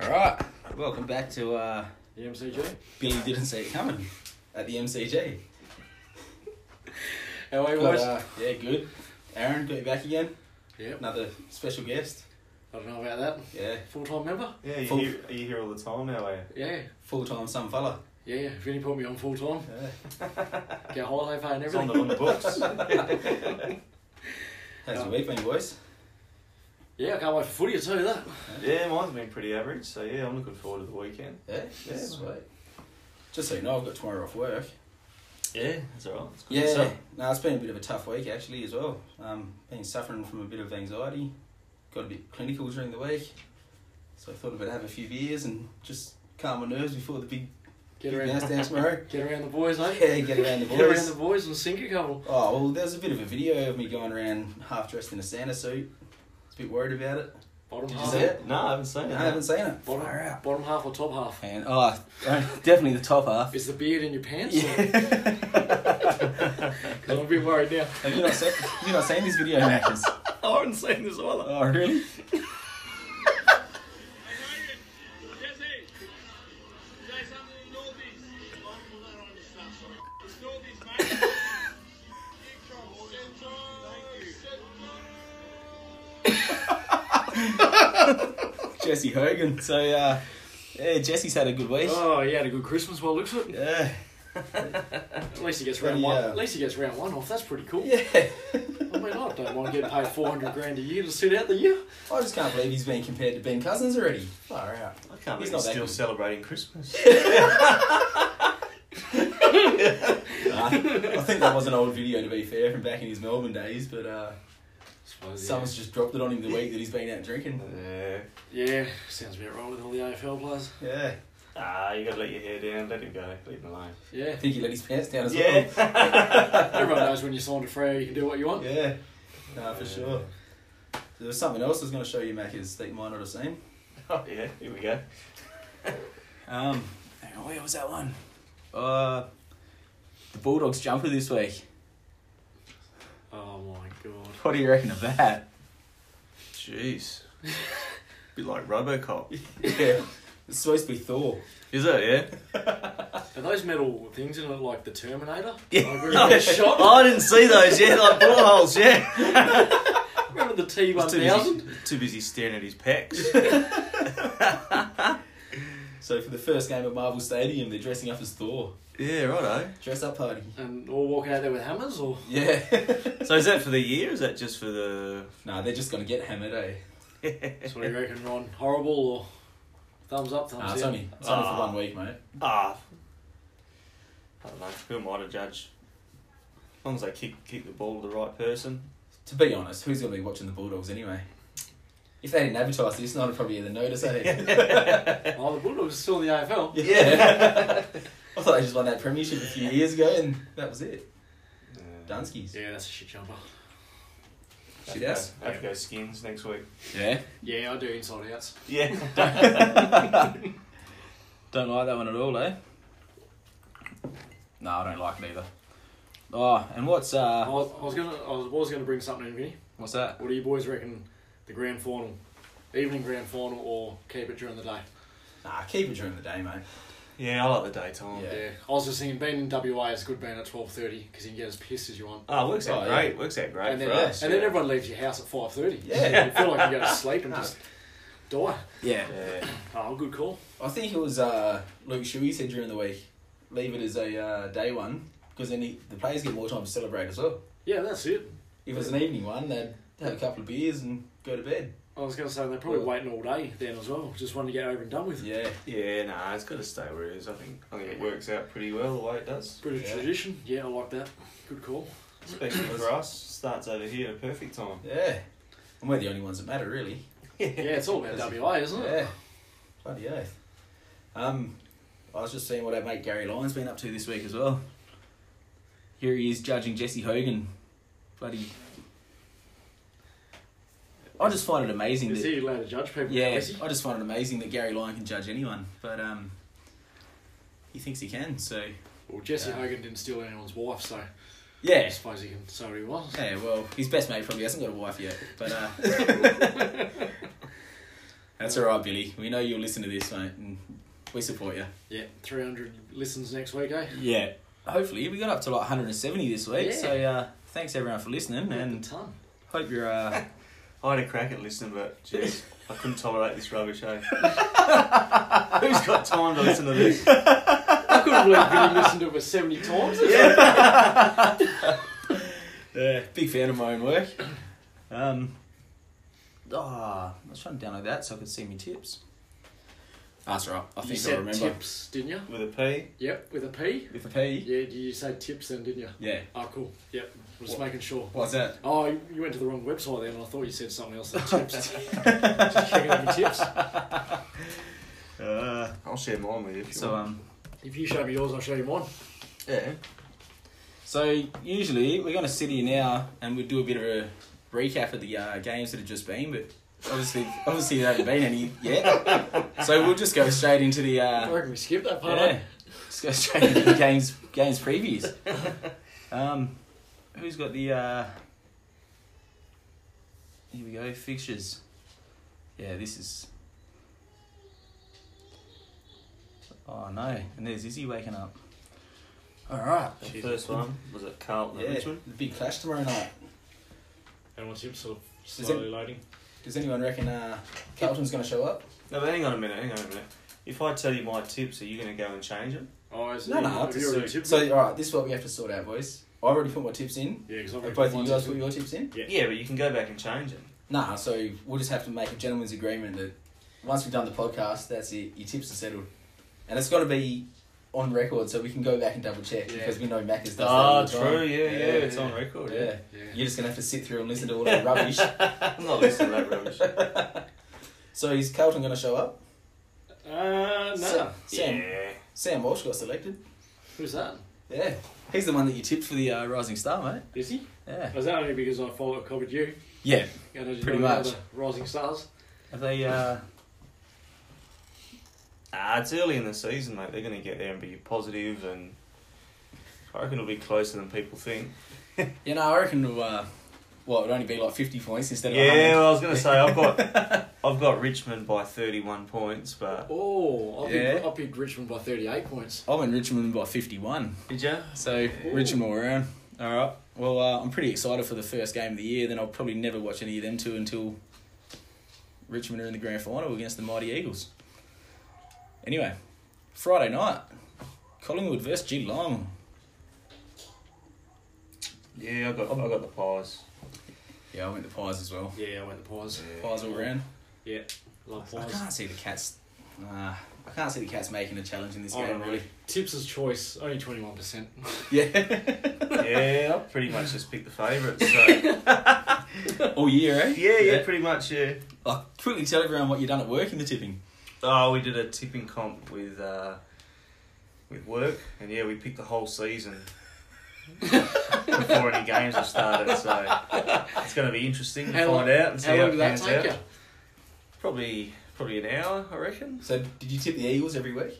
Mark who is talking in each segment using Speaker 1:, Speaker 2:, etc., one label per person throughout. Speaker 1: Alright.
Speaker 2: Welcome back to uh,
Speaker 3: The MCG.
Speaker 2: Billy Didn't See It Coming at the MCG.
Speaker 3: How are you,
Speaker 2: But,
Speaker 3: boys?
Speaker 2: uh, yeah, good. Aaron, got you back again.
Speaker 3: Yep.
Speaker 2: Another special guest.
Speaker 3: I don't know about that.
Speaker 2: Yeah,
Speaker 3: Full time member?
Speaker 4: Yeah, you
Speaker 2: Full-
Speaker 4: hear, you hear all the time now, eh?
Speaker 3: Yeah.
Speaker 2: full time some fella.
Speaker 3: Yeah. Vinny put me on full time.
Speaker 2: Yeah.
Speaker 3: Get holiday pay and
Speaker 4: It's on
Speaker 3: everything.
Speaker 4: the, on the books.
Speaker 2: How's your week been, boys?
Speaker 3: Yeah, I can't wait for footy to tell you that.
Speaker 4: yeah, mine's been pretty average, so yeah, I'm looking forward to the weekend.
Speaker 2: Yeah,
Speaker 4: Yeah,
Speaker 2: sweet. Just so you know, I've got tomorrow off work.
Speaker 4: Yeah, it's alright. It's good
Speaker 2: Yeah,
Speaker 4: stuff.
Speaker 2: no, it's been a bit of a tough week actually as well. Um, been suffering from a bit of anxiety, got a bit clinical during the week, so I thought I'd have a few beers and just calm my nerves before the big
Speaker 3: Get
Speaker 2: big
Speaker 3: around
Speaker 2: bounce down tomorrow.
Speaker 3: get around the boys, eh?
Speaker 2: Yeah, get around the
Speaker 3: Get around
Speaker 2: boys.
Speaker 3: the boys and sink a couple.
Speaker 2: Oh well, there's a bit of a video of me going around half dressed in a Santa suit. I was a bit worried about it.
Speaker 3: Bottom
Speaker 2: Did you
Speaker 3: half.
Speaker 2: see it?
Speaker 4: No, I haven't seen it.
Speaker 2: I haven't seen it.
Speaker 3: Bottom,
Speaker 2: Far out.
Speaker 3: bottom half or top half?
Speaker 2: And oh, definitely the top half.
Speaker 3: Is the beard in your pants?
Speaker 2: Yeah.
Speaker 3: Because I'm a bit worried now.
Speaker 2: have you not seen? Have you not seen this video, Matches?
Speaker 3: I haven't seen this either.
Speaker 2: Oh really? Jesse Hogan. So uh, yeah, Jesse's had a good week.
Speaker 3: Oh, he had a good Christmas while it looks it.
Speaker 2: Yeah.
Speaker 3: At least he gets round
Speaker 2: Yeah.
Speaker 3: one. At least he gets round one off. That's pretty cool.
Speaker 2: Yeah.
Speaker 3: I mean, I don't mind getting paid four hundred grand a year to sit out the year.
Speaker 2: I just can't believe he's being compared to Ben Cousins already. Far out.
Speaker 4: I can't
Speaker 2: He's not
Speaker 4: believe he's
Speaker 2: that
Speaker 4: still
Speaker 2: good.
Speaker 4: celebrating Christmas.
Speaker 2: Nah, I think that was an old video to be fair from back in his Melbourne days, but uh, someone's just dropped it on him the week that he's been out drinking.
Speaker 4: yeah.
Speaker 3: Yeah, sounds about right with all the AFL players.
Speaker 2: Yeah.
Speaker 4: Ah, you gotta let your hair down, let him go, leave him alone.
Speaker 3: Yeah.
Speaker 2: I think he let his pants down as
Speaker 4: Yeah.
Speaker 3: Everyone knows when you're signed to Freo, you can do what you
Speaker 2: well.
Speaker 3: want.
Speaker 2: Yeah. Nah, for sure. There was something else I was going to show you, Mackers, that you might not have seen.
Speaker 4: Oh, yeah, here we go.
Speaker 2: Um, hang on, where was that one? Uh, the Bulldogs jumper this week.
Speaker 3: Oh my god.
Speaker 2: What do you reckon of that?
Speaker 4: Jeez. Bit like Robocop.
Speaker 2: Yeah. It's supposed to be Thor.
Speaker 4: Is it, yeah?
Speaker 3: Are those metal things in it like the Terminator?
Speaker 4: Yeah.
Speaker 3: Like, remember, the shot?
Speaker 2: Oh.
Speaker 4: I didn't see those, yeah, like bullholes, yeah.
Speaker 3: remember the T
Speaker 4: He's
Speaker 3: one
Speaker 4: too
Speaker 3: thousand?
Speaker 4: busy, too busy staring at his pecs.
Speaker 2: So for the first game at Marvel Stadium, they're dressing up as Thor.
Speaker 4: yeah, righto.
Speaker 2: Dress up party.
Speaker 3: And all walking out there with hammers or
Speaker 2: Yeah.
Speaker 4: So is that for the year? Is that just for the?
Speaker 2: nah, they're just gonna get hammered, eh?
Speaker 3: so what do you reckon, Ron? Horrible or thumbs up, thumbs
Speaker 2: Nah, it's
Speaker 3: down?
Speaker 2: only it's only for
Speaker 4: Ah.
Speaker 2: one week, mate.
Speaker 4: Ah, I don't know. Who am I to judge? As long as they kick kick the ball to the right person.
Speaker 2: To be honest, who's gonna be watching the Bulldogs anyway? If they didn't advertise this, no one would probably even notice, eh?
Speaker 3: Oh the Bulldogs are still in the AFL.
Speaker 2: yeah. I thought they just won that premiership a few years ago, and that was it. Dunskies.
Speaker 3: Yeah, that's a shit jumper.
Speaker 2: Shit
Speaker 4: Have to go-
Speaker 2: house.
Speaker 4: Have to go skins next week.
Speaker 2: Yeah.
Speaker 3: Yeah, I do inside outs.
Speaker 4: Yeah.
Speaker 2: Don't like that one at all, eh? No, I don't like it either. Oh, and what's
Speaker 3: I
Speaker 2: uh,
Speaker 3: was, I was gonna I was, was gonna bring something in, Vinny.
Speaker 2: what's that?
Speaker 3: What do you boys reckon the grand final? Evening grand final or keep it during the day?
Speaker 2: Nah, keep it during the day, mate.
Speaker 4: yeah, I like the daytime.
Speaker 2: Yeah.
Speaker 3: Yeah. I was just thinking, being in WA is good being at twelve thirty because you can get as pissed as you want.
Speaker 4: Ah, works out
Speaker 2: Oh,
Speaker 4: great. Works out great
Speaker 3: and
Speaker 4: for
Speaker 3: then,
Speaker 4: us.
Speaker 3: and then
Speaker 4: yeah.
Speaker 3: everyone leaves your house at five thirty.
Speaker 2: Yeah.
Speaker 3: you feel like you go to sleep and just die.
Speaker 2: Yeah.
Speaker 4: Yeah.
Speaker 3: Oh, good call.
Speaker 2: I think it was uh, Luke Shuey said during the week, leave it as a uh, day one because then he, the players get more time to celebrate as well.
Speaker 3: Yeah, that's it.
Speaker 2: If it was an evening one, they'd have a couple of beers and go to bed.
Speaker 3: I was going to say they're probably waiting all day then as well. Just wanting to get over and done with.
Speaker 2: Yeah,
Speaker 4: Yeah, nah, it's got to stay where it is. I think I think it works out pretty well the way it does,
Speaker 3: British
Speaker 2: Yeah.
Speaker 3: tradition. Yeah, I like that. Good call.
Speaker 4: especially for us. Starts over here at perfect time.
Speaker 2: yeah. And we're the only ones that matter, really.
Speaker 3: Yeah, it's all about WA, isn't it?
Speaker 2: Yeah. Bloody oath. Um, I was just seeing what our mate Gary Lyon's been up to this week as well. Here he is judging Jesse Hogan. Bloody. I just find it amazing
Speaker 3: Is
Speaker 2: that.
Speaker 3: he allowed to judge people?
Speaker 2: Yeah,
Speaker 3: Is he?
Speaker 2: I just find it amazing that Gary Lyon can judge anyone, but um, he thinks he can. So
Speaker 3: Well, Jesse
Speaker 2: Yeah.
Speaker 3: Hogan didn't steal anyone's wife, so I
Speaker 2: yeah,
Speaker 3: suppose he can say what he wants.
Speaker 2: yeah. Well, his best mate probably hasn't got a wife yet, but uh, That's all right, Billy. We know you'll listen to this, mate, and we support you.
Speaker 3: Yeah, 300 listens next week, eh?
Speaker 2: Yeah. Hopefully, we got up to like 170 this week.
Speaker 3: Yeah.
Speaker 2: So uh, thanks everyone for listening,
Speaker 3: And
Speaker 2: and
Speaker 3: ton.
Speaker 2: hope you're. Uh,
Speaker 4: I had a crack at listening, but jeez, I couldn't tolerate this rubbish, eh? Who's got time to listen to this?
Speaker 3: I couldn't believe Billy listened to it for 70 times.
Speaker 2: yeah, big fan of my own work. Um, ah, I was trying to download that so I could see my tips. That's all right. I
Speaker 3: you
Speaker 2: think I
Speaker 3: said
Speaker 2: remember.
Speaker 3: tips, didn't you?
Speaker 4: With a P?
Speaker 3: Yep, with a P.
Speaker 2: With a P.
Speaker 3: Yeah, you said tips then, didn't you?
Speaker 2: Yeah.
Speaker 3: Oh, cool. Yep, just
Speaker 2: What?
Speaker 3: making sure.
Speaker 2: What's that?
Speaker 3: Oh, you you went to the wrong website then. I thought you said something else. Than tips. just checking out your tips.
Speaker 2: Uh,
Speaker 4: I'll share mine with you if you
Speaker 2: so
Speaker 4: want.
Speaker 2: um,
Speaker 3: If you show me yours, I'll show you mine.
Speaker 4: Yeah.
Speaker 2: so usually we're gonna sit here now and we do a bit of a recap of the uh, games that have just been, but obviously, obviously there haven't been any yet. So we'll just go straight into the. Uh,
Speaker 3: I reckon we skipped that part.
Speaker 2: Yeah.
Speaker 3: eh?
Speaker 2: Let's go straight into the games games previews. Um, who's got the uh? Here we go fixtures. Yeah, this is. Oh no! And there's Izzy waking up. All right.
Speaker 4: The
Speaker 3: Jesus.
Speaker 4: first one was at Carlton and Richmond.
Speaker 2: the big clash tomorrow night.
Speaker 3: And what's tips sort of
Speaker 2: it-
Speaker 3: slowly loading?
Speaker 2: Does anyone reckon uh, Carlton's going to show up?
Speaker 4: No, but hang on a minute, hang on a minute. If I tell you my tips, are you going to go and change them?
Speaker 3: Oh, is
Speaker 2: No,
Speaker 3: it,
Speaker 2: no.
Speaker 3: Have you already tipped?
Speaker 2: so all right, this is what we have to sort out, boys. I have already put my tips in.
Speaker 3: yeah, because I've
Speaker 2: Have both
Speaker 3: already got
Speaker 2: of you
Speaker 3: mine.
Speaker 2: guys put your tips in?
Speaker 3: Yeah.
Speaker 4: Yeah, but you can go back and change them.
Speaker 2: Nah, so we'll just have to make a gentleman's agreement that once we've done the podcast, that's it. Your tips are settled, and it's got to be on record so we can go back and double check
Speaker 3: Yeah.
Speaker 2: because we know Mac has done that all
Speaker 4: Ah,
Speaker 2: the
Speaker 4: true, yeah, yeah,
Speaker 2: Yeah,
Speaker 4: it's
Speaker 3: yeah.
Speaker 4: on record,
Speaker 2: time.
Speaker 4: yeah.
Speaker 2: Yeah.
Speaker 3: Yeah.
Speaker 2: you're just gonna have to sit through and listen to all that rubbish.
Speaker 4: I'm not listening to that rubbish.
Speaker 2: So is Carlton gonna show up?
Speaker 3: Uh, no.
Speaker 2: Sa- Sam
Speaker 4: Yeah.
Speaker 2: Sam Walsh got selected.
Speaker 3: Who's that?
Speaker 2: Yeah, he's the one that you tipped for the uh, Rising Star, mate.
Speaker 3: Is he?
Speaker 2: Yeah.
Speaker 3: Is that only because I followed covered you?
Speaker 2: Yeah.
Speaker 3: And I just
Speaker 2: Pretty
Speaker 3: know the
Speaker 2: much.
Speaker 3: other Rising stars.
Speaker 2: Are they? Uh...
Speaker 4: Ah, it's early in the season, mate. They're going to get there and be positive, and I reckon it'll be closer than people think.
Speaker 2: You know, I reckon it'll, uh, well, it'd only be like fifty points instead of
Speaker 4: Yeah,
Speaker 2: 100.
Speaker 4: well, I was going to say I've got I've got Richmond by thirty-one points, but
Speaker 3: Oh, I picked,
Speaker 2: Yeah.
Speaker 3: I picked Richmond by 38 points.
Speaker 2: I'm in Richmond by fifty-one.
Speaker 4: did you?
Speaker 2: So Richmond all around. All right. Well, uh, I'm pretty excited for the first game of the year. Then I'll probably never watch any of them two until Richmond are in the grand final against the mighty Eagles. Anyway, Friday night, Collingwood versus Geelong.
Speaker 4: Yeah, I got I got the pies.
Speaker 2: Yeah, I went the Pies as well.
Speaker 3: Yeah, I went the Pies.
Speaker 2: Pies all round.
Speaker 3: Yeah, love
Speaker 2: I
Speaker 3: Pies.
Speaker 2: can't see the Cats. Nah, I can't see the Cats making a challenge in this game
Speaker 3: I don't
Speaker 2: really.
Speaker 3: really. Tips' choice, only 21%.
Speaker 2: Yeah.
Speaker 4: Yeah, I pretty much just picked the favourites. So.
Speaker 2: all year, eh?
Speaker 4: Yeah, yeah, pretty much. Yeah.
Speaker 2: Like, quickly tell everyone what you done at work in the tipping.
Speaker 4: Oh, we did a tipping comp with uh, with work, and yeah, we picked the whole season before any games have started. So it's going to be interesting to
Speaker 3: How
Speaker 4: find
Speaker 3: long-
Speaker 4: out and see
Speaker 3: How
Speaker 4: how,
Speaker 3: long
Speaker 4: it
Speaker 3: did that
Speaker 4: pans
Speaker 3: take
Speaker 4: out.
Speaker 3: you?
Speaker 4: Probably probably an hour, I reckon.
Speaker 2: So, did you tip the Eagles every week?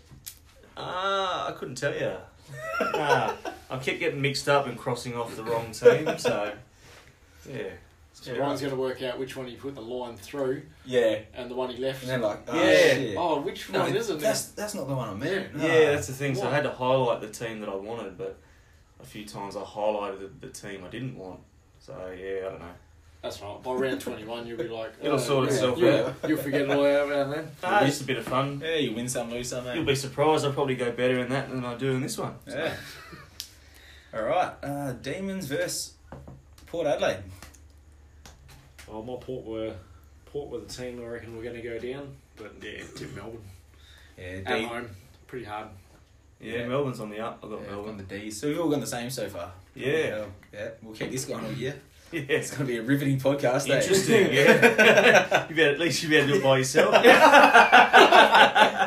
Speaker 4: Ah, I couldn't tell you. Nah, I kept getting mixed up and crossing off the wrong team. So yeah,
Speaker 3: So Ryan's going to work out which one he put the line through
Speaker 2: Yeah.
Speaker 3: and the one he left.
Speaker 2: And they're like, oh,
Speaker 4: Yeah.
Speaker 2: shit.
Speaker 3: Oh, which
Speaker 2: No,
Speaker 3: one is it?
Speaker 2: that's that's not the one I meant. No.
Speaker 4: Yeah, that's the thing. So I
Speaker 3: Why?
Speaker 4: had to highlight the team that I wanted, but a few times I highlighted the, the team I didn't want. So yeah, I don't know.
Speaker 3: That's right. By round 21, you'll be like, uh,
Speaker 4: It'll sort
Speaker 3: yeah,
Speaker 4: itself
Speaker 3: you'll,
Speaker 2: out.
Speaker 3: You'll forget it all out around then.
Speaker 4: Ah, it's just a bit of fun.
Speaker 2: yeah, you win some, lose some. eh?
Speaker 4: You'll be surprised. I probably go better in that than I do in this one.
Speaker 2: Yeah. All right, uh, Demons versus Port Adelaide.
Speaker 3: Oh, my port were port were the team I reckon we're going to go down, but yeah, tip Melbourne
Speaker 2: Yeah,
Speaker 3: at home, pretty hard.
Speaker 4: Yeah,
Speaker 2: Yeah.
Speaker 4: Melbourne's on the up. I got
Speaker 2: Yeah, on
Speaker 4: Melbourne.
Speaker 2: the D. So we've all gone the same so far.
Speaker 4: Yeah,
Speaker 2: Yeah, we'll keep this going all year.
Speaker 4: yeah.
Speaker 2: It's going to be a riveting podcast. eh?
Speaker 4: Interesting. Yeah, you better at least you better do it by yourself.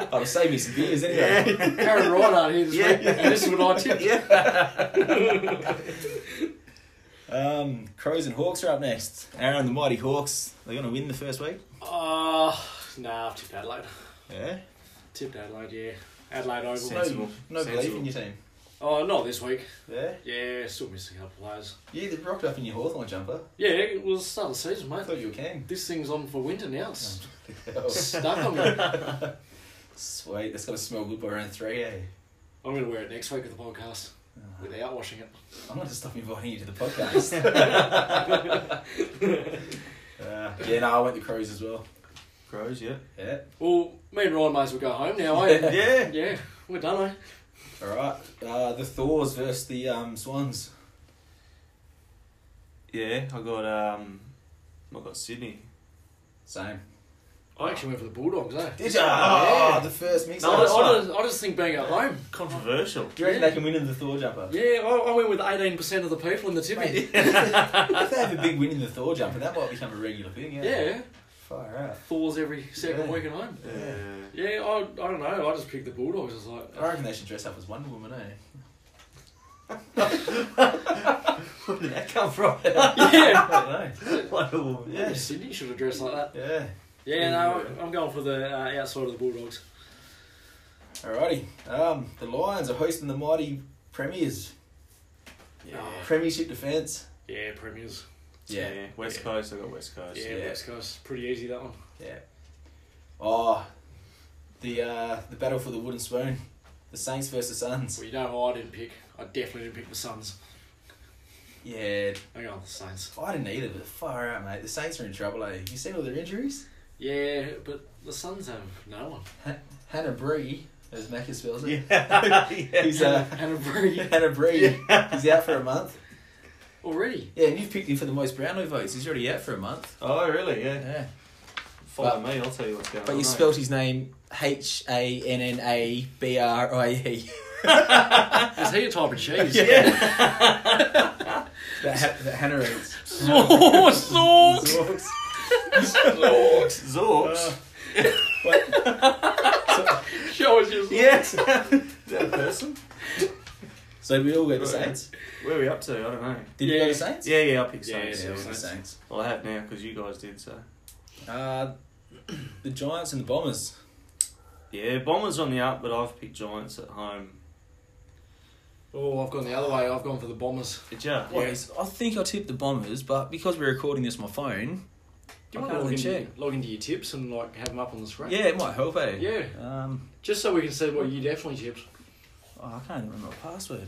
Speaker 4: Yeah,
Speaker 2: I'll save me some beers anyway.
Speaker 3: Aaron Rideout here this
Speaker 4: Yeah.
Speaker 3: week, and this is what I tipped.
Speaker 2: Um, Crows and Hawks are up next. Aaron, the mighty Hawks. They're going to win the first week.
Speaker 3: Uh, nah, I've tipped Adelaide.
Speaker 2: Yeah.
Speaker 3: Tipped Adelaide, yeah. Adelaide Oval.
Speaker 4: Sensible.
Speaker 2: No
Speaker 4: Sensible.
Speaker 2: belief in your team.
Speaker 3: Oh, not this week.
Speaker 2: Yeah.
Speaker 3: Yeah, still missing a couple players.
Speaker 2: You either rocked up in your Hawthorn jumper.
Speaker 3: Yeah, it was the start of the season,
Speaker 2: I
Speaker 3: mate.
Speaker 2: thought you were Oh. keen.
Speaker 3: This thing's on for winter now. It's
Speaker 2: Hell.
Speaker 3: stuck on me.
Speaker 2: Sweet. That's got to smell good by around three, eh?
Speaker 3: I'm going to wear it next week with the podcast
Speaker 2: Uh-huh.
Speaker 3: without washing it.
Speaker 2: I'm going to stop inviting you to the podcast. uh, yeah, no, I went to cruise as well.
Speaker 4: Crows, yeah.
Speaker 2: Yeah.
Speaker 3: Well, me and Ryan may as well go home now, eh?
Speaker 4: Yeah.
Speaker 3: yeah, we're done, eh?
Speaker 2: All right. Uh, the Thors versus the um, Swans.
Speaker 4: Yeah, I got um I got Sydney.
Speaker 2: Same.
Speaker 3: I actually went for the Bulldogs, eh?
Speaker 2: Did you?
Speaker 4: Oh,
Speaker 2: the first mix.
Speaker 3: I,
Speaker 4: No, that's
Speaker 3: I, just, I just think being at home.
Speaker 4: Controversial.
Speaker 2: Do you reckon they can win in the Thor jumper?
Speaker 3: Yeah, I, I went with 18% of the people in the tipping.
Speaker 2: Mate, if they have a big win in the Thor jumper, that might become a regular thing. Yeah.
Speaker 3: yeah,
Speaker 2: Far out.
Speaker 3: Thor's every second
Speaker 2: Yeah.
Speaker 3: week at home.
Speaker 4: Yeah.
Speaker 3: Yeah, I, I don't know. I just picked the Bulldogs. It's like,
Speaker 2: I reckon they should dress up as Wonder Woman, eh?
Speaker 4: Where did that come from?
Speaker 3: yeah,
Speaker 2: I
Speaker 4: Wonder Woman.
Speaker 2: Yeah.
Speaker 4: Yeah.
Speaker 3: Sydney should have dressed like that.
Speaker 2: don't know. Yeah.
Speaker 3: Yeah, no, I'm going for the uh, outside of the Bulldogs.
Speaker 2: Alrighty. Um, the Lions are hosting the mighty Premiers. Oh, Premiership defence.
Speaker 3: Yeah, Premiers.
Speaker 4: Yeah. West
Speaker 3: Yeah.
Speaker 4: Coast, I got West Coast.
Speaker 3: Yeah,
Speaker 2: Yeah.
Speaker 3: West Coast. Pretty easy, that one.
Speaker 2: Yeah. Oh, the uh, the battle for the wooden spoon. The Saints versus Suns.
Speaker 3: Well, you know who I didn't pick? I definitely didn't pick the Suns.
Speaker 2: Yeah.
Speaker 3: I'm going with the Saints.
Speaker 2: I didn't either, but far out, mate. The Saints are in trouble, eh? You seen all their injuries?
Speaker 3: Yeah, but the Suns have no one.
Speaker 2: Hannah Bree, as Macca spells it.
Speaker 4: Yeah.
Speaker 2: He's uh,
Speaker 3: And a very
Speaker 2: Hannah Bree. He's out for a month.
Speaker 3: already.
Speaker 2: Yeah, and you've picked him for the most Brownlow votes. He's already out for a month.
Speaker 4: Oh really? Yeah.
Speaker 2: Yeah.
Speaker 4: Follow me. I'll tell you what's going
Speaker 2: But
Speaker 4: on.
Speaker 2: you
Speaker 4: mate.
Speaker 2: spelt his name H A N N A B R I E.
Speaker 3: Is he a type of cheese?
Speaker 4: Yeah.
Speaker 2: That, ha- that Hannah eats.
Speaker 3: Sauce, sauce.
Speaker 2: Zorks. Ah.
Speaker 4: Zorks.
Speaker 2: Uh.
Speaker 3: Show us your sauce.
Speaker 4: yes. Is that a person?
Speaker 2: So we all go to Saints.
Speaker 4: Where are we up to? I don't know.
Speaker 2: Did you go
Speaker 3: Yeah.
Speaker 2: to Saints?
Speaker 4: Yeah, yeah, I picked
Speaker 3: Yeah,
Speaker 4: Saints.
Speaker 2: Yeah, we went to
Speaker 3: Saints.
Speaker 2: Saints.
Speaker 4: Well, I have now because you guys did so.
Speaker 2: Uh, the Giants and the Bombers.
Speaker 4: Yeah, Bombers on the up, but I've picked Giants at home.
Speaker 3: Oh, I've gone the other way. I've gone for the Bombers.
Speaker 4: Did ya?
Speaker 3: Yeah.
Speaker 2: Boys, I think I tipped the Bombers, but because we're recording this on my phone,
Speaker 3: Do you
Speaker 2: I can
Speaker 3: want to log,
Speaker 2: already
Speaker 3: in, log into your tips and like have them up on the screen?
Speaker 2: yeah, it might help, eh?
Speaker 3: Yeah.
Speaker 2: Um,
Speaker 3: Just so we can see what you definitely tipped.
Speaker 2: oh, I can't remember my password.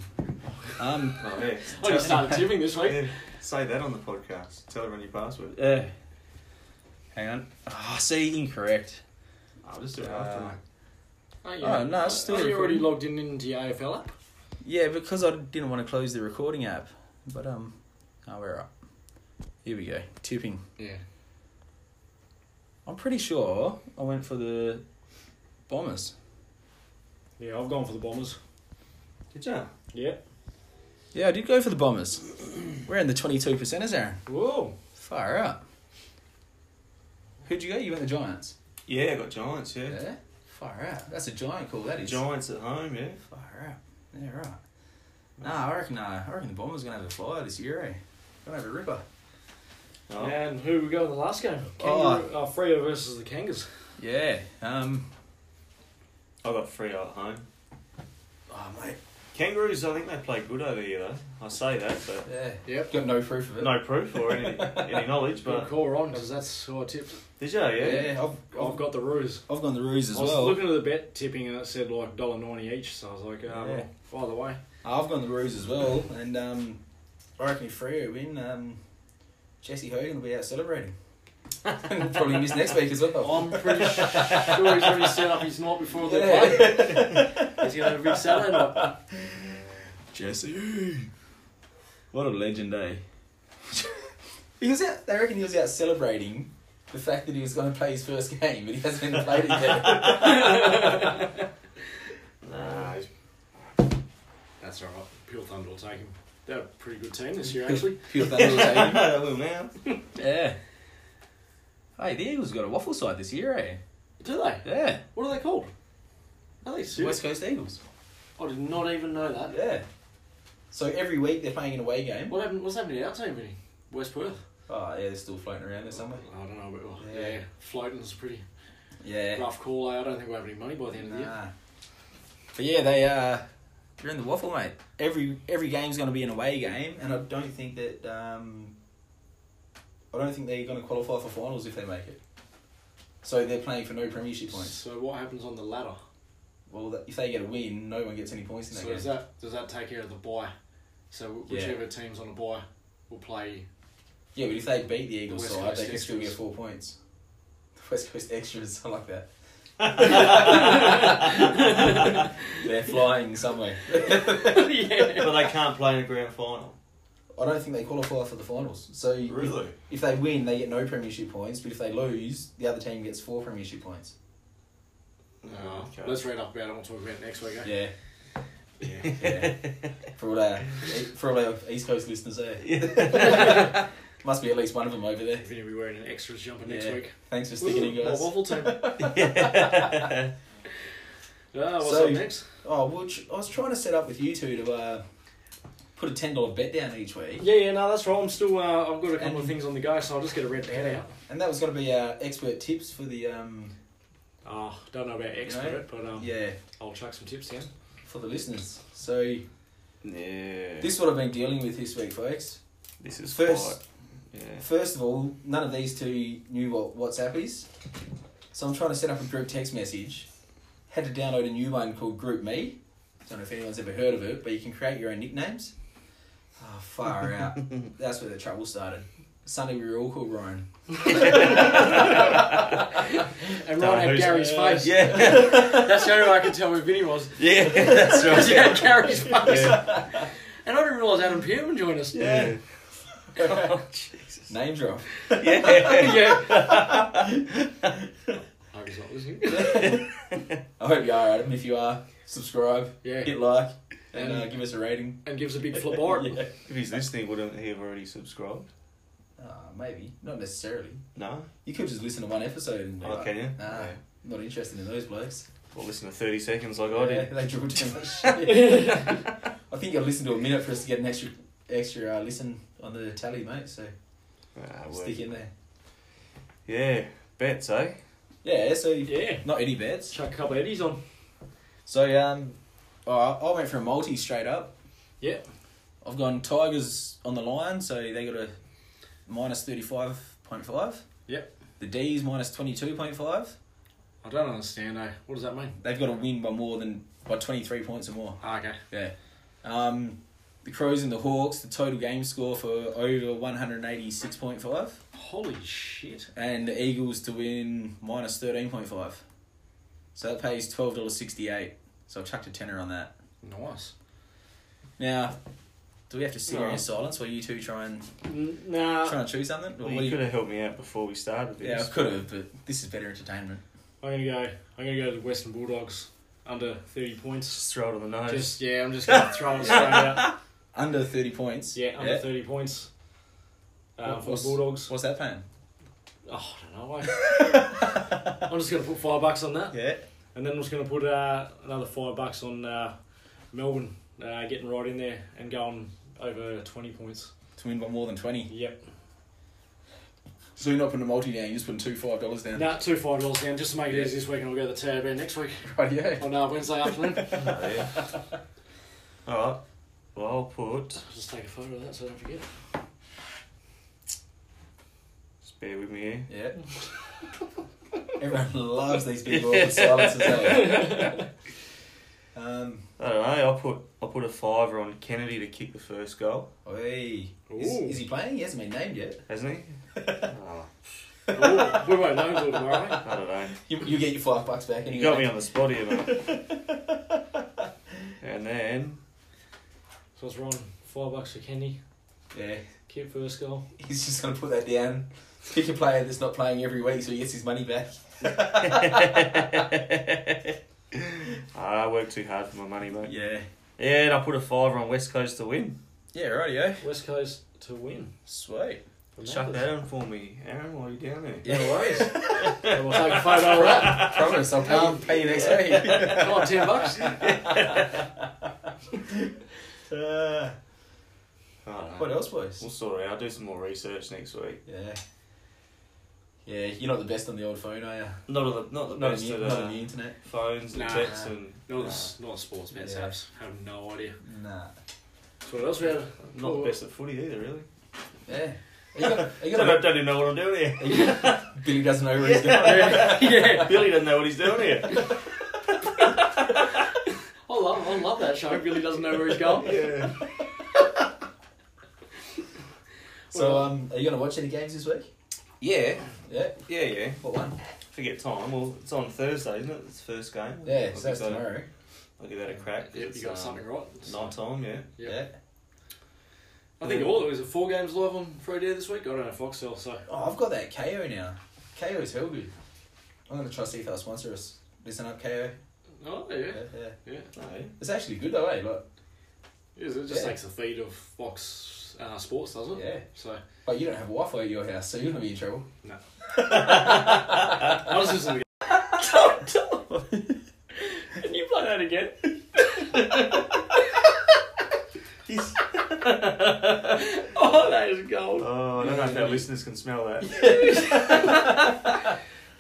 Speaker 2: Um,
Speaker 4: Oh, yeah.
Speaker 3: I just started tipping this week.
Speaker 4: Yeah, Say that on the podcast. Tell everyone your password.
Speaker 2: uh, hang on. Oh, see, incorrect.
Speaker 4: I'll just do it
Speaker 2: Uh,
Speaker 4: after. mate.
Speaker 3: Aren't you?
Speaker 2: Oh, no, it's still
Speaker 3: Aren't you already
Speaker 2: recording.
Speaker 3: logged in into your AFL app?
Speaker 2: Yeah, because I didn't want to close the recording app, but um, oh, we're up. Here we go. Tipping.
Speaker 3: Yeah.
Speaker 2: I'm pretty sure I went for the Bombers.
Speaker 3: Yeah, I've gone for the Bombers.
Speaker 4: Did ya?
Speaker 3: Yeah.
Speaker 2: Yeah, I did go for the Bombers. We're in the 22 percenters, Aaron.
Speaker 3: Whoa.
Speaker 2: Far out. Who'd you go? You went the Giants.
Speaker 4: Yeah, I got Giants. Yeah.
Speaker 2: Yeah. Far out. That's a giant call. That is.
Speaker 4: Giants at home. Yeah.
Speaker 2: Far out. Yeah, right. Nah, I reckon. Uh, I reckon the Bombers gonna have a flyer this year. Eh? Gonna have a ripper.
Speaker 4: Oh.
Speaker 3: And who we got in the last game?
Speaker 2: Oh.
Speaker 3: Kangaroo, uh, Freo versus the Kangas.
Speaker 2: Yeah. Um.
Speaker 4: I got three at home.
Speaker 2: Oh mate.
Speaker 4: Kangaroos. I think they play good over here though. I say that, but
Speaker 2: Yeah.
Speaker 3: Yep.
Speaker 2: Got no proof of it.
Speaker 4: no proof or any any knowledge.
Speaker 3: But
Speaker 4: But
Speaker 3: call Ron because that's who I tipped.
Speaker 4: did ya? Yeah.
Speaker 2: Yeah. I've,
Speaker 3: I've
Speaker 2: I've,
Speaker 3: got the ruse.
Speaker 2: I've gone the ruse as
Speaker 3: I was
Speaker 2: well.
Speaker 3: looking at the bet tipping and it said like dollar ninety each, so I was like, um,
Speaker 2: Yeah.
Speaker 3: by the way,
Speaker 2: I've gone the ruse as well, and um, I reckon if Freo win, um, Jesse Hogan will be out celebrating. Probably miss next week as well.
Speaker 3: I'm pretty sure he's already set up his night before the
Speaker 2: Yeah.
Speaker 3: play. He's gonna have a big Saturday night.
Speaker 2: Jesse, what a legend, eh? he was out. They reckon he was out celebrating the fact that he was going to play his first game, but he hasn't even played it yet.
Speaker 4: Nah, it's
Speaker 3: That's all right. Pure Thunder will take him. They're a pretty good team this year, actually.
Speaker 2: Pure thunder will take him.
Speaker 4: a little now.
Speaker 2: Yeah. Hey, the Eagles got a waffle side this year, eh?
Speaker 3: Do they?
Speaker 2: Yeah.
Speaker 3: What are they called? Are they serious?
Speaker 2: West Coast Eagles.
Speaker 3: I did not even know that.
Speaker 2: Yeah. So every week they're playing an away game.
Speaker 3: What happened? What's happening to our team, Vinny? West Perth.
Speaker 2: Oh yeah, they're still floating around there somewhere.
Speaker 3: I don't know, but well, yeah.
Speaker 2: Yeah.
Speaker 3: floating is a pretty
Speaker 2: Yeah.
Speaker 3: rough call. eh? I don't think we'll have any money by the end of the year.
Speaker 2: But yeah, they uh You're in the waffle, mate. Every every game's going to be an away game, and I don't think that um, I don't think they're going to qualify for finals if they make it. So they're playing for no premiership points.
Speaker 3: So what happens on the ladder?
Speaker 2: Well, that, if they get a win, no one gets any points in that
Speaker 3: So
Speaker 2: game.
Speaker 3: does that does that take care of the bye? So wh-
Speaker 2: Yeah.
Speaker 3: whichever team's on a bye will play.
Speaker 2: yeah, but if they beat the Eagles
Speaker 3: West
Speaker 2: side,
Speaker 3: Coast
Speaker 2: they can still get
Speaker 3: extras.
Speaker 2: four points. West Coast extras, I like that. They're flying somewhere.
Speaker 4: but they can't play in a grand final.
Speaker 2: I don't think they qualify for the finals. So you-
Speaker 4: Really?
Speaker 2: if they win, they get no premiership points. But if they lose, the other team gets four premiership points.
Speaker 3: Uh,
Speaker 4: Okay.
Speaker 3: Let's read up about it. We'll talk about it next week. Eh?
Speaker 2: Yeah,
Speaker 3: Yeah.
Speaker 2: yeah. for all our for all our East Coast listeners, there must be at least one of them over there.
Speaker 3: If you'll be wearing an extras jumper next
Speaker 2: Yeah.
Speaker 3: week.
Speaker 2: Thanks for sticking in,
Speaker 3: Woo,
Speaker 2: guys.
Speaker 3: My waffle team. Ah, what's
Speaker 2: So-
Speaker 3: up next?
Speaker 2: Oh, well, tr- I was trying to set up with you two to uh, put a ten dollar bet down each week,
Speaker 3: Yeah, yeah, no, that's right. I'm still. Uh, I've got a couple
Speaker 2: And-
Speaker 3: of things on the go, so I'll just get a red pad out.
Speaker 2: and that was going to be uh, expert tips for the um,
Speaker 3: Oh, don't know about expert,
Speaker 2: No.
Speaker 3: but um,
Speaker 2: yeah
Speaker 3: I'll chuck some tips down.
Speaker 2: for the listeners. So
Speaker 4: yeah.
Speaker 2: this is what I've been dealing with this week, folks.
Speaker 4: This is
Speaker 2: First-
Speaker 4: quite- Yeah.
Speaker 2: First of all, none of these two knew what WhatsApp is. So I'm trying to set up a group text message. Had to download a new one called Group Me. Don't know if anyone's ever heard of it, but you can create your own nicknames. Oh, far out. That's where the trouble started. Sunday we were all called Ryan.
Speaker 3: And
Speaker 4: Don't
Speaker 3: right
Speaker 4: know
Speaker 3: had
Speaker 4: who's-
Speaker 3: Gary's face.
Speaker 4: Yeah.
Speaker 3: That's the only way I could tell where Vinny was.
Speaker 4: yeah. That's
Speaker 3: Because
Speaker 4: right.
Speaker 3: he had Gary's face.
Speaker 4: Yeah.
Speaker 3: And I didn't realise Adam Pearman joined us.
Speaker 4: Yeah. Oh, Jesus.
Speaker 2: Name drop.
Speaker 4: Yeah.
Speaker 3: yeah. I was not listening.
Speaker 2: I hope you are, Adam. If you are, subscribe,
Speaker 3: Yeah.
Speaker 2: hit like, and uh, give us a rating.
Speaker 3: And gives a big flip bar.
Speaker 2: Yeah.
Speaker 4: If he's listening, wouldn't he have already subscribed?
Speaker 2: Uh, maybe. Not necessarily.
Speaker 4: No.
Speaker 2: You could just listen to one episode and be
Speaker 4: Oh,
Speaker 2: like,
Speaker 4: can you?
Speaker 2: Nah,
Speaker 4: Yeah.
Speaker 2: not interested in those blokes.
Speaker 4: Well, listen to 30 seconds like I
Speaker 2: Yeah,
Speaker 4: did.
Speaker 2: they dribble too much shit. I think I listened to a minute for us to get an extra extra uh, listen on the tally, mate. So
Speaker 4: Ah,
Speaker 2: stick
Speaker 4: well.
Speaker 2: in there.
Speaker 4: Yeah. Bets, eh?
Speaker 2: Yeah. So
Speaker 3: Yeah.
Speaker 2: not any bets.
Speaker 3: Chuck a couple of eddies on.
Speaker 2: So um, alright, I went for a multi straight up.
Speaker 3: Yeah.
Speaker 2: I've gone Tigers on the line, so they got a minus thirty five point five.
Speaker 3: Yep.
Speaker 2: The D's minus twenty two point five.
Speaker 3: I don't understand, eh? What does that mean?
Speaker 2: They've got to win by more than by twenty three points or more.
Speaker 3: Ah, okay.
Speaker 2: Yeah. Um, the Crows and the Hawks, the total game score for over one hundred eighty six point five.
Speaker 3: Holy shit.
Speaker 2: and the Eagles to win minus thirteen point five. So that pays twelve dollars sixty eight. So I've chucked a tenner on that.
Speaker 3: Nice.
Speaker 2: Now, do we have to sit here
Speaker 4: No.
Speaker 2: in silence while you two try and
Speaker 3: Nah.
Speaker 2: try and choose something? Or
Speaker 4: Well,
Speaker 2: what do
Speaker 4: you
Speaker 2: you-
Speaker 4: could have helped me out before we started
Speaker 2: yeah, I
Speaker 4: this.
Speaker 2: could have, but this is better entertainment.
Speaker 3: I'm gonna go. I'm gonna go to the Western Bulldogs under 30 points.
Speaker 4: Just throw it on the nose.
Speaker 3: Just yeah, I'm just gonna throw it straight out.
Speaker 2: Under thirty points.
Speaker 3: Yeah, under 30 points. Um,
Speaker 2: What-
Speaker 3: for the
Speaker 2: what's-
Speaker 3: Bulldogs.
Speaker 2: What's that paying?
Speaker 3: Oh, I don't know. eh? I'm just gonna put five bucks on that.
Speaker 2: Yeah.
Speaker 3: And then I'm just going to put uh, another five bucks on uh, Melbourne uh, getting right in there and going over 20 points.
Speaker 2: To win by more than twenty.
Speaker 3: Yep.
Speaker 2: So you're not putting a multi down. You're just putting two five dollars down.
Speaker 3: Nah, two five dollars down just to make it easy this week, and we'll go to the tab in next week
Speaker 2: Right, yeah.
Speaker 3: on uh, Wednesday afternoon.
Speaker 4: Oh, yeah. All right. Well, I'll put.
Speaker 3: just take a photo of that so I don't forget.
Speaker 4: Just bear with me here.
Speaker 2: Yeah. Everyone loves these big awkward silences. eh? um.
Speaker 4: I don't know. I'll put. I'll put a fiver on Kennedy to kick the first goal.
Speaker 2: Oi.
Speaker 3: Ooh.
Speaker 2: Is, is he playing? He hasn't been named yet.
Speaker 4: Hasn't he? Oh,
Speaker 3: Ooh, we won't know until tomorrow. mate.
Speaker 4: I don't know.
Speaker 2: You, you get your five bucks back.
Speaker 4: You got me on the spot here, mate. and then
Speaker 3: So it's Ron, five bucks for Kenny.
Speaker 2: Yeah,
Speaker 3: Keep first goal.
Speaker 2: he's just gonna put that down. Pick a player that's not playing every week, so he gets his money back.
Speaker 4: Ah, I worked too hard for my money, mate. Yeah,
Speaker 2: Yeah.
Speaker 4: and I put a fiver on West Coast to win.
Speaker 2: Yeah. Rightio.
Speaker 3: West Coast to win.
Speaker 2: Sweet.
Speaker 4: Chuck that in for me, Aaron. While you're down there.
Speaker 2: Yeah. No worries.
Speaker 3: Yeah, we'll take a photo of that.
Speaker 2: Promise. I'll pay, you,
Speaker 3: Um,
Speaker 2: pay you next week.
Speaker 3: Come on, ten bucks.
Speaker 4: I don't know.
Speaker 2: what else,
Speaker 4: We'll
Speaker 2: boys?
Speaker 4: sort it out. I'll do some more research next week.
Speaker 2: Yeah. Yeah, you're not the best on the old phone, are you?
Speaker 4: Not on the not the
Speaker 2: Not,
Speaker 4: best
Speaker 2: on,
Speaker 4: of
Speaker 2: the, uh, not on
Speaker 4: the
Speaker 2: the internet.
Speaker 4: phones and
Speaker 3: Nah.
Speaker 4: texts and
Speaker 3: Not,
Speaker 2: Nah.
Speaker 3: s- not sports bets
Speaker 2: Yeah.
Speaker 3: apps. have no idea.
Speaker 2: Nah.
Speaker 3: So what else we had?
Speaker 4: not
Speaker 3: Cool.
Speaker 4: the best at footy either. Really,
Speaker 2: Yeah. Eh. Are you gonna, are you
Speaker 4: don't, know-
Speaker 2: gonna,
Speaker 4: don't even know what I'm doing here.
Speaker 2: are you, Billy doesn't know where he's going.
Speaker 3: yeah. yeah.
Speaker 4: Billy doesn't know what he's doing here.
Speaker 3: I love, I love that show. Billy doesn't know where he's going.
Speaker 4: yeah.
Speaker 2: So, um, are you gonna watch any games this week?
Speaker 4: yeah,
Speaker 2: Yeah.
Speaker 4: yeah, yeah.
Speaker 2: What one?
Speaker 4: Forget time. Well, it's on Thursday, isn't it? It's the first game.
Speaker 2: Yeah, so that's
Speaker 4: I'll give that, a-
Speaker 2: tomorrow.
Speaker 4: I'll give that a crack.
Speaker 3: Yeah,
Speaker 4: It's,
Speaker 3: you got
Speaker 4: um,
Speaker 3: something right.
Speaker 4: Night time, yeah.
Speaker 3: Yeah.
Speaker 2: Yeah.
Speaker 3: I think all it was four games live on Friday this week. I don't know Foxtel, so
Speaker 2: Oh, I've got that KO now. KO is hell good. I'm gonna try to see if they'll sponsor us. Listen up, KO.
Speaker 3: oh yeah,
Speaker 2: Yeah, yeah.
Speaker 3: yeah.
Speaker 4: No.
Speaker 2: It's actually good though, eh? Like,
Speaker 3: It, is, it just
Speaker 2: Yeah.
Speaker 3: takes the feed of Fox uh, Sports, doesn't it?
Speaker 2: yeah.
Speaker 3: So
Speaker 2: But you don't have Wi-Fi at your house, so you're gonna be in trouble.
Speaker 3: I was just in the Can you play that again? oh, that is gold.
Speaker 4: Oh, I don't know if our listeners can smell that.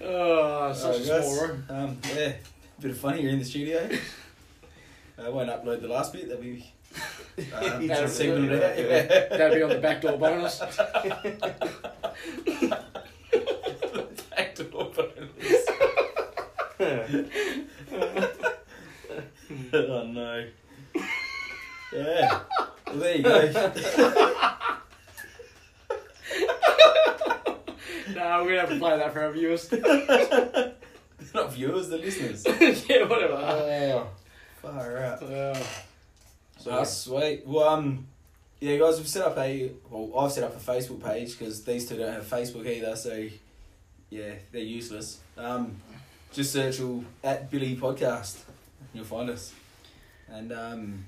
Speaker 3: Oh, such a
Speaker 2: Alright,
Speaker 3: small
Speaker 2: guys.
Speaker 3: room.
Speaker 2: Um, yeah, bit of funny here in the studio. I won't upload the last bit. That'll be um,
Speaker 4: That'll
Speaker 2: signaled
Speaker 4: be-
Speaker 2: out.
Speaker 4: yeah.
Speaker 2: Yeah.
Speaker 3: That'd be on the back door bonus.
Speaker 4: oh no.
Speaker 2: yeah. Well, there you go.
Speaker 3: Nah, we're gonna have to play that for our viewers.
Speaker 2: Not viewers, the listeners.
Speaker 3: yeah, whatever.
Speaker 2: Wow. Far out.
Speaker 3: Uh,
Speaker 2: So sweet. Well, um, yeah, guys, we've set up a well, I've set up a Facebook page because these two don't have Facebook either, so yeah, they're useless. Um, just search all at Billy Podcast, and you'll find us. And um,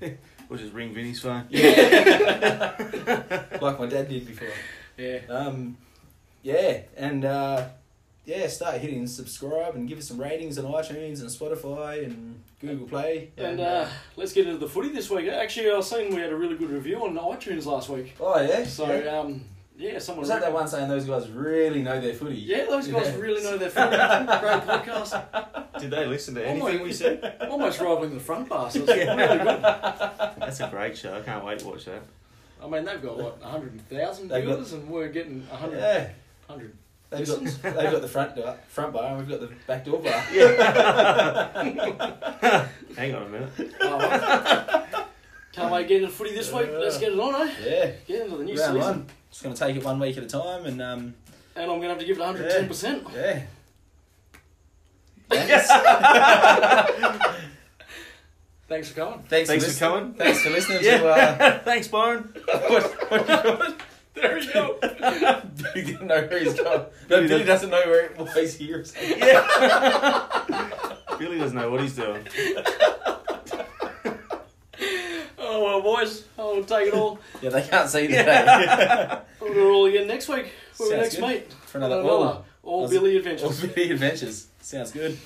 Speaker 4: We'll just ring Vinny's phone.
Speaker 2: like my dad did before.
Speaker 3: yeah.
Speaker 2: Um, yeah, and uh, yeah, start hitting subscribe and give us some ratings on iTunes and Spotify and Google Play.
Speaker 3: And uh, let's get into the footy this week. Actually, I was saying we had a really good review on iTunes last week.
Speaker 2: oh yeah,
Speaker 3: So,
Speaker 2: yeah.
Speaker 3: um, yeah, someone.
Speaker 2: was that that one saying those guys really know their footy?
Speaker 3: Yeah, those guys
Speaker 2: Yeah.
Speaker 3: really know their footy. Great podcast.
Speaker 4: Did they listen to
Speaker 3: Oh my-
Speaker 4: anything we said?
Speaker 3: Almost rivaling the front bar, so it's really good.
Speaker 4: That's a great show. I can't wait to watch that.
Speaker 3: I mean, they've got, what, 100,000
Speaker 2: They've got-
Speaker 3: viewers, and we're getting 100.
Speaker 2: Yeah.
Speaker 3: 100.
Speaker 2: They've got, they've got the front door, front bar, and we've got the back door bar.
Speaker 4: Hang on a minute.
Speaker 3: Oh, well. Can't wait to get into footy this week. Let's get it on, eh?
Speaker 2: Yeah,
Speaker 3: Get into the new
Speaker 2: round
Speaker 3: season.
Speaker 2: one. Just gonna take it one week at a time, and um,
Speaker 3: And I'm going to have to give it 110%.
Speaker 2: yeah.
Speaker 4: Yes.
Speaker 3: Thanks for coming.
Speaker 2: Thanks,
Speaker 4: Thanks
Speaker 2: for,
Speaker 4: for coming.
Speaker 2: Thanks for listening to uh,
Speaker 4: Yeah. Thanks, Byron.
Speaker 3: There we go.
Speaker 2: Billy didn't know where he's going. No, Billy
Speaker 4: doesn't-
Speaker 2: doesn't know where why he's here.
Speaker 4: Billy doesn't know what he's doing.
Speaker 3: oh, well, boys, I'll take it all.
Speaker 2: Yeah, they can't see that.
Speaker 3: We'll do it all again next week. We'll
Speaker 2: Sounds
Speaker 3: next
Speaker 2: good.
Speaker 3: mate.
Speaker 2: For another
Speaker 3: Another
Speaker 2: all,
Speaker 3: All
Speaker 2: Was-
Speaker 3: Billy
Speaker 2: all
Speaker 3: Adventures.
Speaker 2: Billy adventures. Sounds good.